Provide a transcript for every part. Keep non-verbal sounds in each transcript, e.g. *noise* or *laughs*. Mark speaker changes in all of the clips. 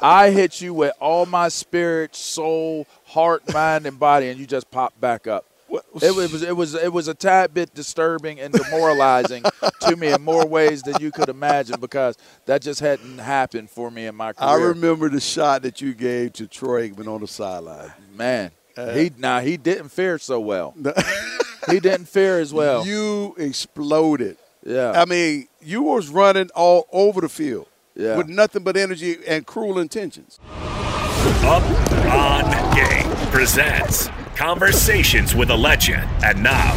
Speaker 1: I hit you with all my spirit, soul, heart, mind, and body, and you just popped back up. It was it was it was a tad bit disturbing and
Speaker 2: *laughs*
Speaker 1: demoralizing to me in more ways than you could imagine because that just hadn't happened for me in my career.
Speaker 2: I remember the shot that you gave to Troy Aikman on the sideline.
Speaker 1: man,
Speaker 2: Uh,
Speaker 1: he now he didn't fare so
Speaker 2: *laughs*
Speaker 1: well. he didn't fare as well.
Speaker 2: You exploded.
Speaker 1: yeah,
Speaker 2: I mean, you was running all over the field
Speaker 1: Yeah.
Speaker 2: with nothing but energy and cruel intentions.
Speaker 3: Up on Game presents Conversations with a Legend. And now,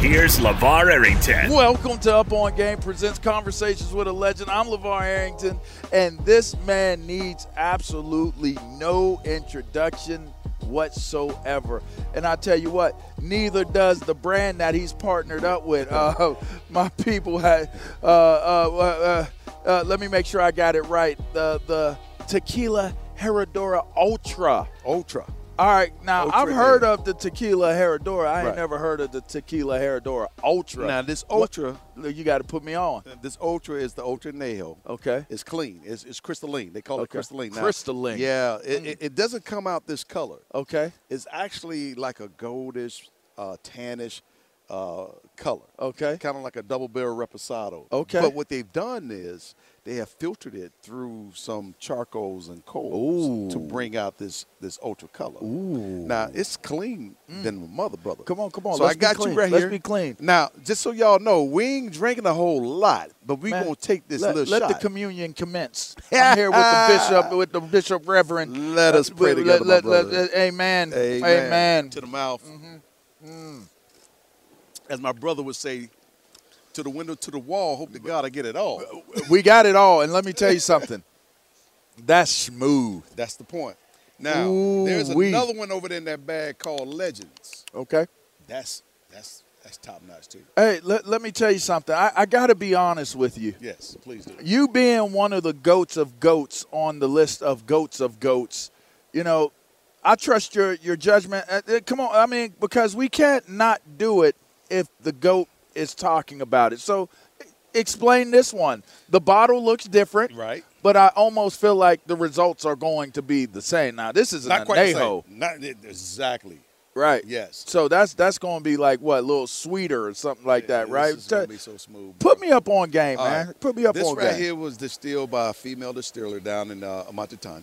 Speaker 3: here's LeVar Arrington.
Speaker 1: Welcome to Up On Game presents Conversations with a Legend. I'm LeVar Arrington, and this man needs absolutely no introduction whatsoever. And I tell you what, neither does the brand that he's partnered up with. Uh, *laughs* my people had, uh, uh, uh, uh, let me make sure I got it right. The the tequila Herradura Ultra.
Speaker 2: Ultra.
Speaker 1: All right, now
Speaker 2: Ultra
Speaker 1: I've heard
Speaker 2: Air.
Speaker 1: of the tequila Herradura. I ain't
Speaker 2: Right.
Speaker 1: never heard of the tequila Herradura Ultra.
Speaker 2: Now this
Speaker 1: What-
Speaker 2: ultra,
Speaker 1: Look, you got to put me on.
Speaker 2: this ultra is the ultra nail.
Speaker 1: Okay.
Speaker 2: It's clean. It's, it's crystalline. They call it
Speaker 1: Okay.
Speaker 2: crystalline. Now,
Speaker 1: Crystalline. Mm.
Speaker 2: Yeah. It, it, it doesn't come out this color.
Speaker 1: Okay.
Speaker 2: It's actually like a goldish, uh, tannish uh, color.
Speaker 1: Okay.
Speaker 2: Kind of like a double barrel reposado.
Speaker 1: Okay.
Speaker 2: But what they've done is they have filtered it through some charcoals and coals to bring out this this ultra color. Ooh. Now it's clean than my mother, brother.
Speaker 1: Mm. Come on, come on.
Speaker 2: So
Speaker 1: Let's
Speaker 2: I
Speaker 1: be
Speaker 2: got
Speaker 1: clean.
Speaker 2: you right
Speaker 1: Let's
Speaker 2: here.
Speaker 1: be clean.
Speaker 2: Now, just so y'all know, we ain't drinking a whole lot, but we
Speaker 1: Man,
Speaker 2: gonna take this
Speaker 1: let,
Speaker 2: little
Speaker 1: let
Speaker 2: shot.
Speaker 1: the communion commence. I'm here with the
Speaker 2: *laughs*
Speaker 1: bishop, with the bishop reverend.
Speaker 2: Let us pray
Speaker 1: Let-
Speaker 2: together, my
Speaker 1: let- let-
Speaker 2: brother.
Speaker 1: let- amen. Amen. Mm-hmm. Mm.
Speaker 2: To the mouth. As my brother would say, to the window, to the wall. Hope to God I get it all.
Speaker 1: *laughs* We got it all, and let me tell you something. That's smooth.
Speaker 2: That's the point. Now there's
Speaker 1: Ooh-wee.
Speaker 2: another one over there in that bag called Legends.
Speaker 1: Okay.
Speaker 2: That's that's that's top notch too.
Speaker 1: Hey, let, let me tell you something. I, I got to be honest with you.
Speaker 2: Yes, please do.
Speaker 1: you being one of the goats of goats on the list of goats of goats, you know, I trust your your judgment. Uh, uh, Come on, I mean, because we can't not do it if the goat is talking about it. So, e- explain this one. The bottle looks different,
Speaker 2: Right.
Speaker 1: But I almost feel like the results are going to be the same. Now, this is an
Speaker 2: Not quite the
Speaker 1: añejo,
Speaker 2: same. Not e, exactly.
Speaker 1: right?
Speaker 2: Yes.
Speaker 1: So that's that's going to be like what, a little sweeter or something like that,
Speaker 2: This
Speaker 1: right?
Speaker 2: is gonna
Speaker 1: T-
Speaker 2: be so smooth.
Speaker 1: Put me up on game,
Speaker 2: All
Speaker 1: man.
Speaker 2: right.
Speaker 1: Put me up
Speaker 2: this
Speaker 1: on
Speaker 2: right
Speaker 1: game.
Speaker 2: here was distilled by a female distiller down in uh, Amatutan.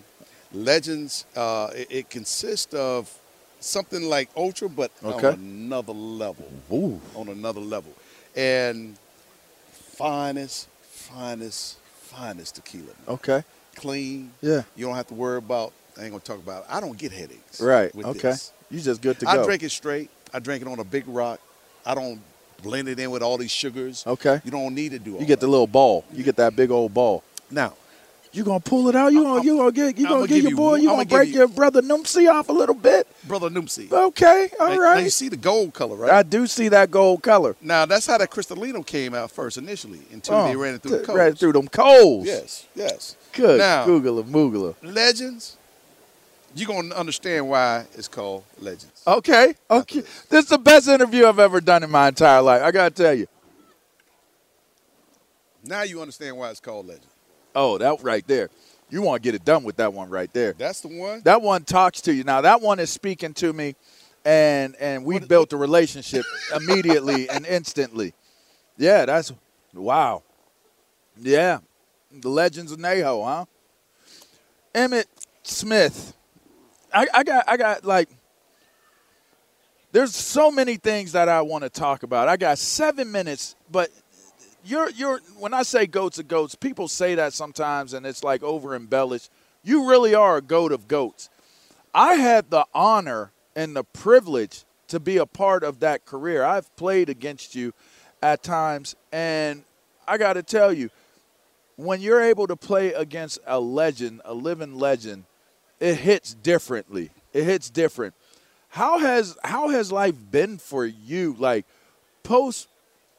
Speaker 2: Legends, uh, it, it consists of something like Ultra, but
Speaker 1: Okay.
Speaker 2: on another level. Ooh. On another level. And finest, finest, finest tequila. man.
Speaker 1: Okay.
Speaker 2: Clean.
Speaker 1: Oh. Yeah.
Speaker 2: You don't have to worry about, I ain't going to talk about it. I don't get headaches.
Speaker 1: Right.
Speaker 2: with
Speaker 1: Okay.
Speaker 2: this.
Speaker 1: You just good to
Speaker 2: I
Speaker 1: go.
Speaker 2: drink it straight. I drink it on a big rock. I don't blend it in with all these sugars.
Speaker 1: Okay.
Speaker 2: You don't need to do all
Speaker 1: You get the
Speaker 2: that.
Speaker 1: little ball. You get that big old ball.
Speaker 2: Now,
Speaker 1: You gonna pull it out. You gonna you gonna get you
Speaker 2: I'ma
Speaker 1: gonna get
Speaker 2: give
Speaker 1: your
Speaker 2: you
Speaker 1: boy.
Speaker 2: one-
Speaker 1: You
Speaker 2: I'ma
Speaker 1: gonna
Speaker 2: give
Speaker 1: break
Speaker 2: you-
Speaker 1: your brother Noomsi off a little bit.
Speaker 2: Brother Noomsi.
Speaker 1: Okay.
Speaker 2: Now-
Speaker 1: All
Speaker 2: Now you
Speaker 1: right.
Speaker 2: see the gold color, right?
Speaker 1: I do see that gold color.
Speaker 2: now that's how that Cristalino came out first initially until
Speaker 1: Oh,
Speaker 2: they ran it through
Speaker 1: t-
Speaker 2: the colors.
Speaker 1: Ran it through them coals.
Speaker 2: Yes, yes.
Speaker 1: Good.
Speaker 2: Now,
Speaker 1: Googler moogler.
Speaker 2: Legends You're going to understand why it's called Legends.
Speaker 1: Okay, okay. This is the best interview I've ever done in my entire life. I gotta tell you.
Speaker 2: Now you understand why it's called Legends.
Speaker 1: Oh, that right there. You want to get it done with that one right there.
Speaker 2: That's the one.
Speaker 1: That one talks to you. Now that one is speaking to me, and and we built a relationship immediately and instantly. Yeah, that's wow. Yeah, the legends of Naho, huh? Emmett Smith. I, I got I got like. There's so many things that I want to talk about. I got seven minutes, but you're you're when I say goats of goats, people say that sometimes and it's like over embellished. You really are a goat of goats. I had the honor and the privilege to be a part of that career. I've played against you at times and I got to tell you when you're able to play against a legend, a living legend, it hits differently. It hits different. How has how has life been for you like post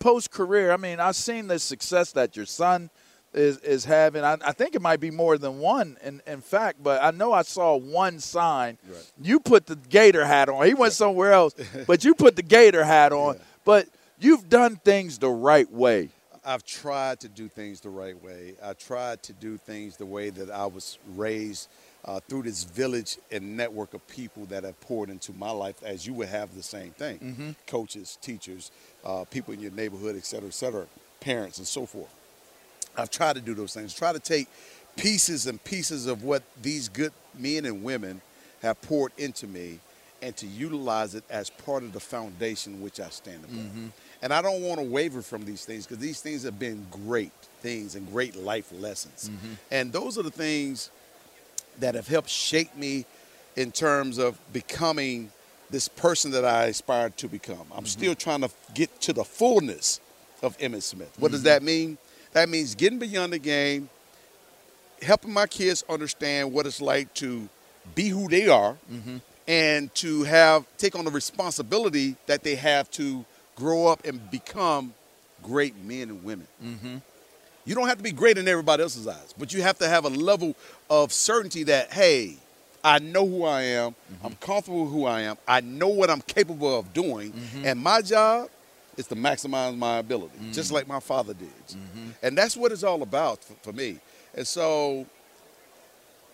Speaker 1: post career, I mean, I've seen the success that your son is is having. I, I think it might be more than one, in, in fact, but I know I saw one sign. You put the gator hat on. He went somewhere *laughs* else, but you put the gator hat on. But you've done things the right way.
Speaker 2: I've tried to do things the right way. I tried to do things the way that I was raised uh, through this village and network of people that have poured into my life, as you would have the same thing coaches, teachers, uh, people in your neighborhood, et cetera, et cetera, parents, and so forth. I've tried to do those things, try to take pieces and pieces of what these good men and women have poured into me and to utilize it as part of the foundation which I stand upon. And I don't want to waver from these things because these things have been great things and great life lessons. And those are the things that have helped shape me in terms of becoming this person that I aspired to become. I'm still trying to get to the fullness of Emmett Smith. What does that mean? That means getting beyond the game, helping my kids understand what it's like to be who they are and to have take on the responsibility that they have to grow up and become great men and women. You don't have to be great in everybody else's eyes, but you have to have a level of certainty that, hey, I know who I am. I'm comfortable with who I am. I know what I'm capable of doing. And my job is to maximize my ability, just like my father did. And that's what it's all about for, for me. And so,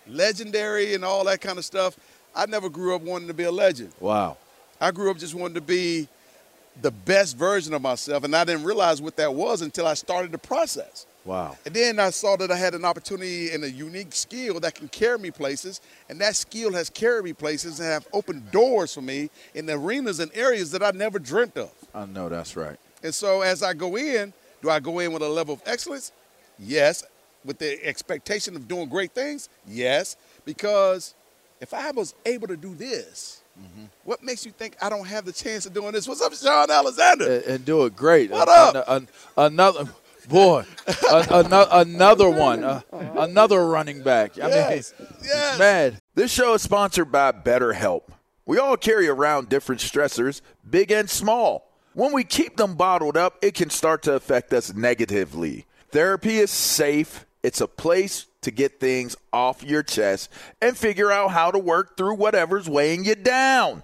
Speaker 2: legendary and all that kind of stuff, I never grew up wanting to be a legend.
Speaker 1: Wow.
Speaker 2: I grew up just wanting to be the best version of myself, and I didn't realize what that was until I started the process.
Speaker 1: Wow.
Speaker 2: And then I saw that I had an opportunity and a unique skill that can carry me places, and that skill has carried me places and have opened doors for me in arenas and areas that I never dreamt of.
Speaker 1: I know that's right.
Speaker 2: And so as I go in, do I go in with a level of excellence? Yes. With the expectation of doing great things? Yes. Because if I was able to do this, what makes you think I don't have the chance of doing this? What's up, Sean Alexander?
Speaker 1: And, and do it great. Uh,
Speaker 2: What up?
Speaker 1: An- an- another boy, an- ano- another one, Uh, another running back. I mean,
Speaker 2: Yes,
Speaker 1: it's
Speaker 2: yes.
Speaker 1: mad.
Speaker 4: This show is sponsored by BetterHelp. We all carry around different stressors, big and small. When we keep them bottled up, it can start to affect us negatively. Therapy is safe, it's a place to get things off your chest and figure out how to work through whatever's weighing you down.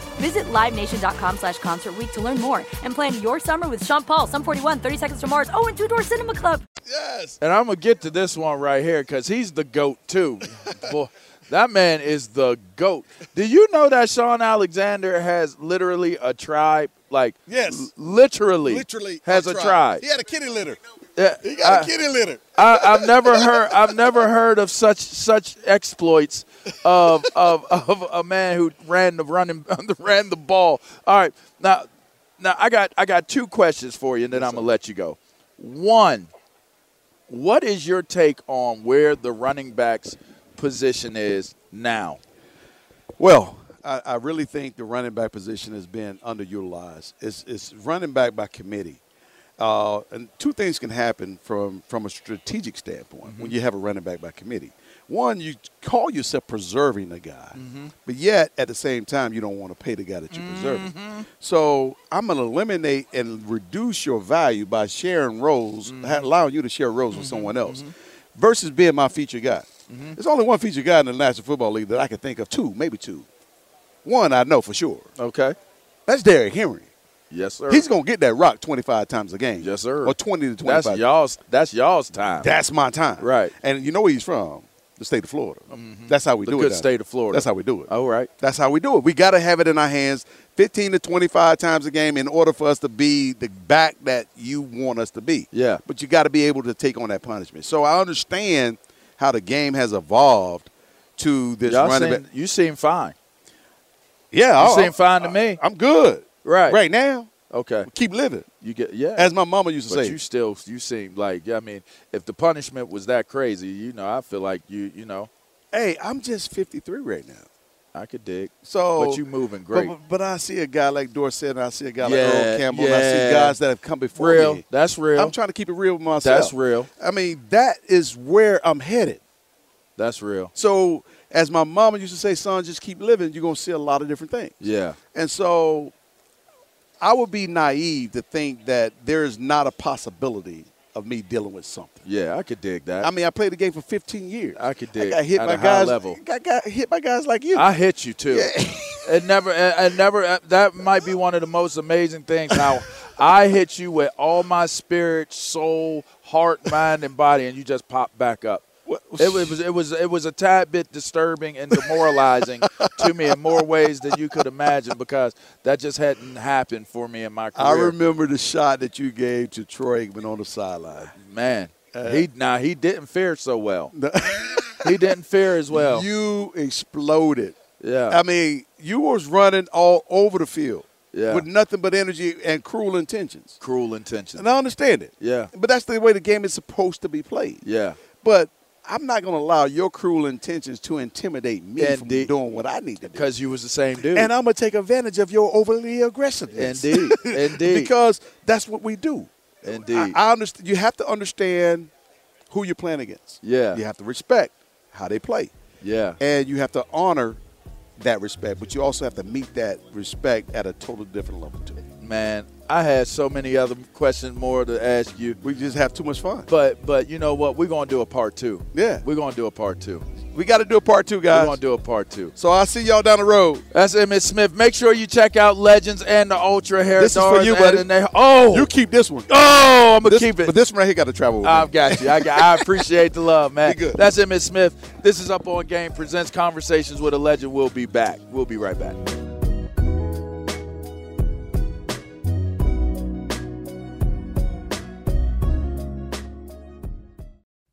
Speaker 5: Visit LiveNation.com slash Concert Week to learn more and plan your summer with Sean Paul, Sum 41, 30 Seconds to Mars, oh, and Two Door Cinema Club.
Speaker 1: Yes. And I'm gonna get to this one right here because he's the goat
Speaker 2: *laughs*
Speaker 1: too. Boy, that man is the goat. Do you know that Sean Alexander has literally a tribe? Like
Speaker 2: Yes.
Speaker 1: l- literally,
Speaker 2: Literally
Speaker 1: has a tribe.
Speaker 2: He had a kitty litter.
Speaker 1: Yeah,
Speaker 2: He got
Speaker 1: I-
Speaker 2: a kitty litter.
Speaker 1: I, I've never heard I've never heard of such such exploits of of, of a man who ran the running *laughs* ran the ball. All right, now now I got I got two questions for you, and then I'm gonna let you go. One, what is your take on where the running backs position is now?
Speaker 2: Well, I, I really think the running back position has been underutilized. It's, it's running back by committee. Uh, and two things can happen from, from a strategic standpoint when you have a running back by committee. One, you call yourself preserving the guy, but yet at the same time, you don't want to pay the guy that you're preserving. So I'm going to eliminate and reduce your value by sharing roles, ha- allowing you to share roles with someone else versus being my feature guy. There's only one feature guy in the National Football League that I can think of, two, maybe two. One I know for sure.
Speaker 1: Okay,
Speaker 2: That's Derrick Henry.
Speaker 1: yes sir.
Speaker 2: He's going to get that rock 25 times a game.
Speaker 1: Yes, sir.
Speaker 2: Or 20 to 25.
Speaker 1: that's y'all's that's y'all's time.
Speaker 2: That's my time.
Speaker 1: Right. Mm-hmm.
Speaker 2: And you know where he's from? The state of Florida. That's how we
Speaker 1: The
Speaker 2: do it.
Speaker 1: good
Speaker 2: down
Speaker 1: state
Speaker 2: there.
Speaker 1: of Florida.
Speaker 2: That's how we do it.
Speaker 1: All right.
Speaker 2: That's how we do it. We got to have it in our hands 15 to 25 times a game in order for us to be the back that you want us to be.
Speaker 1: Yeah.
Speaker 2: But you got to be able to take on that punishment. So I understand how the game has evolved to this
Speaker 1: Y'all
Speaker 2: running
Speaker 1: seem,
Speaker 2: back.
Speaker 1: you seem fine.
Speaker 2: Yeah.
Speaker 1: You seem fine to me.
Speaker 2: I'm good
Speaker 1: Right.
Speaker 2: right now.
Speaker 1: Okay.
Speaker 2: Keep living.
Speaker 1: You get yeah.
Speaker 2: As my mama used to
Speaker 1: But
Speaker 2: say.
Speaker 1: you still, you seem like I mean, if the punishment was that crazy, you know, I feel like you, you know,
Speaker 2: hey, I'm just 53 right now.
Speaker 1: I could dig.
Speaker 2: So,
Speaker 1: but you moving
Speaker 2: But-
Speaker 1: great,
Speaker 2: But, but I see a guy like Dorsett, and I see a guy
Speaker 1: Yeah,
Speaker 2: like Earl Campbell, and I
Speaker 1: yeah.
Speaker 2: see guys that have come before
Speaker 1: real.
Speaker 2: me.
Speaker 1: That's real.
Speaker 2: I'm trying to keep it real with myself.
Speaker 1: That's real.
Speaker 2: I mean, that is where I'm headed.
Speaker 1: That's real.
Speaker 2: So, as my mama used to say, son, just keep living. You're going to see a lot of different things.
Speaker 1: Yeah.
Speaker 2: And so, I would be naive to think that there is not a possibility of me dealing with something.
Speaker 1: Yeah, I could dig that.
Speaker 2: I mean, I played the game for 15 years.
Speaker 1: I could
Speaker 2: I
Speaker 1: dig
Speaker 2: got hit
Speaker 1: at
Speaker 2: by
Speaker 1: a high
Speaker 2: guys.
Speaker 1: level.
Speaker 2: I got hit by guys like you.
Speaker 1: I hit you too. it never, it, it never. uh, That might be one of the most amazing things. How I hit you with all my spirit, soul, heart, mind, and body, and you just popped back up. It was, it was, it was a tad bit disturbing and demoralizing to me in more ways than you could imagine because that just hadn't happened for me in my career.
Speaker 2: I remember the shot that you gave to Troy Aikman on the sideline.
Speaker 1: man.
Speaker 2: uh,
Speaker 1: he now he didn't fare so
Speaker 2: *laughs*
Speaker 1: well. he didn't fare as well.
Speaker 2: You exploded.
Speaker 1: yeah,
Speaker 2: I mean, you was running all over the field
Speaker 1: Yeah.
Speaker 2: with nothing but energy and cruel intentions.
Speaker 1: cruel intentions.
Speaker 2: And I understand it.
Speaker 1: Yeah.
Speaker 2: But that's the way the game is supposed to be played.
Speaker 1: yeah.
Speaker 2: But I'm not going to allow your cruel intentions to intimidate me from
Speaker 1: Indeed.
Speaker 2: doing what I need to do.
Speaker 1: Because you was the same dude.
Speaker 2: And I'm going to take advantage of your overly aggressiveness.
Speaker 1: Indeed, *laughs* indeed.
Speaker 2: *laughs* because that's what we do.
Speaker 1: Indeed.
Speaker 2: I, I understand. You have to understand who you're playing against.
Speaker 1: Yeah.
Speaker 2: You have to respect how they play,
Speaker 1: yeah.
Speaker 2: and you have to honor that respect. But you also have to meet that respect at a totally different level too.
Speaker 1: Man, I had so many other questions more to ask you.
Speaker 2: We just have too much fun.
Speaker 1: But but you know what? We're gonna do a part two.
Speaker 2: Yeah.
Speaker 1: We're gonna do a part two.
Speaker 2: We got to do a part two,
Speaker 1: We're
Speaker 2: guys.
Speaker 1: gonna do a part two.
Speaker 2: so I'll see y'all down the road.
Speaker 1: That's Emmett Smith. Make sure you check out Legends and the Ultra Hair
Speaker 2: This is for
Speaker 1: Doors
Speaker 2: you,
Speaker 1: and
Speaker 2: buddy.
Speaker 1: the na- oh,
Speaker 2: You keep this one.
Speaker 1: oh, I'm gonna
Speaker 2: This-
Speaker 1: keep it.
Speaker 2: But this one right here got to travel. With me.
Speaker 1: I've got you. I, got, I appreciate the love, man.
Speaker 2: Be good.
Speaker 1: That's Emmett Smith. This is Up on Game presents Conversations with a Legend. We'll be back. We'll be right back.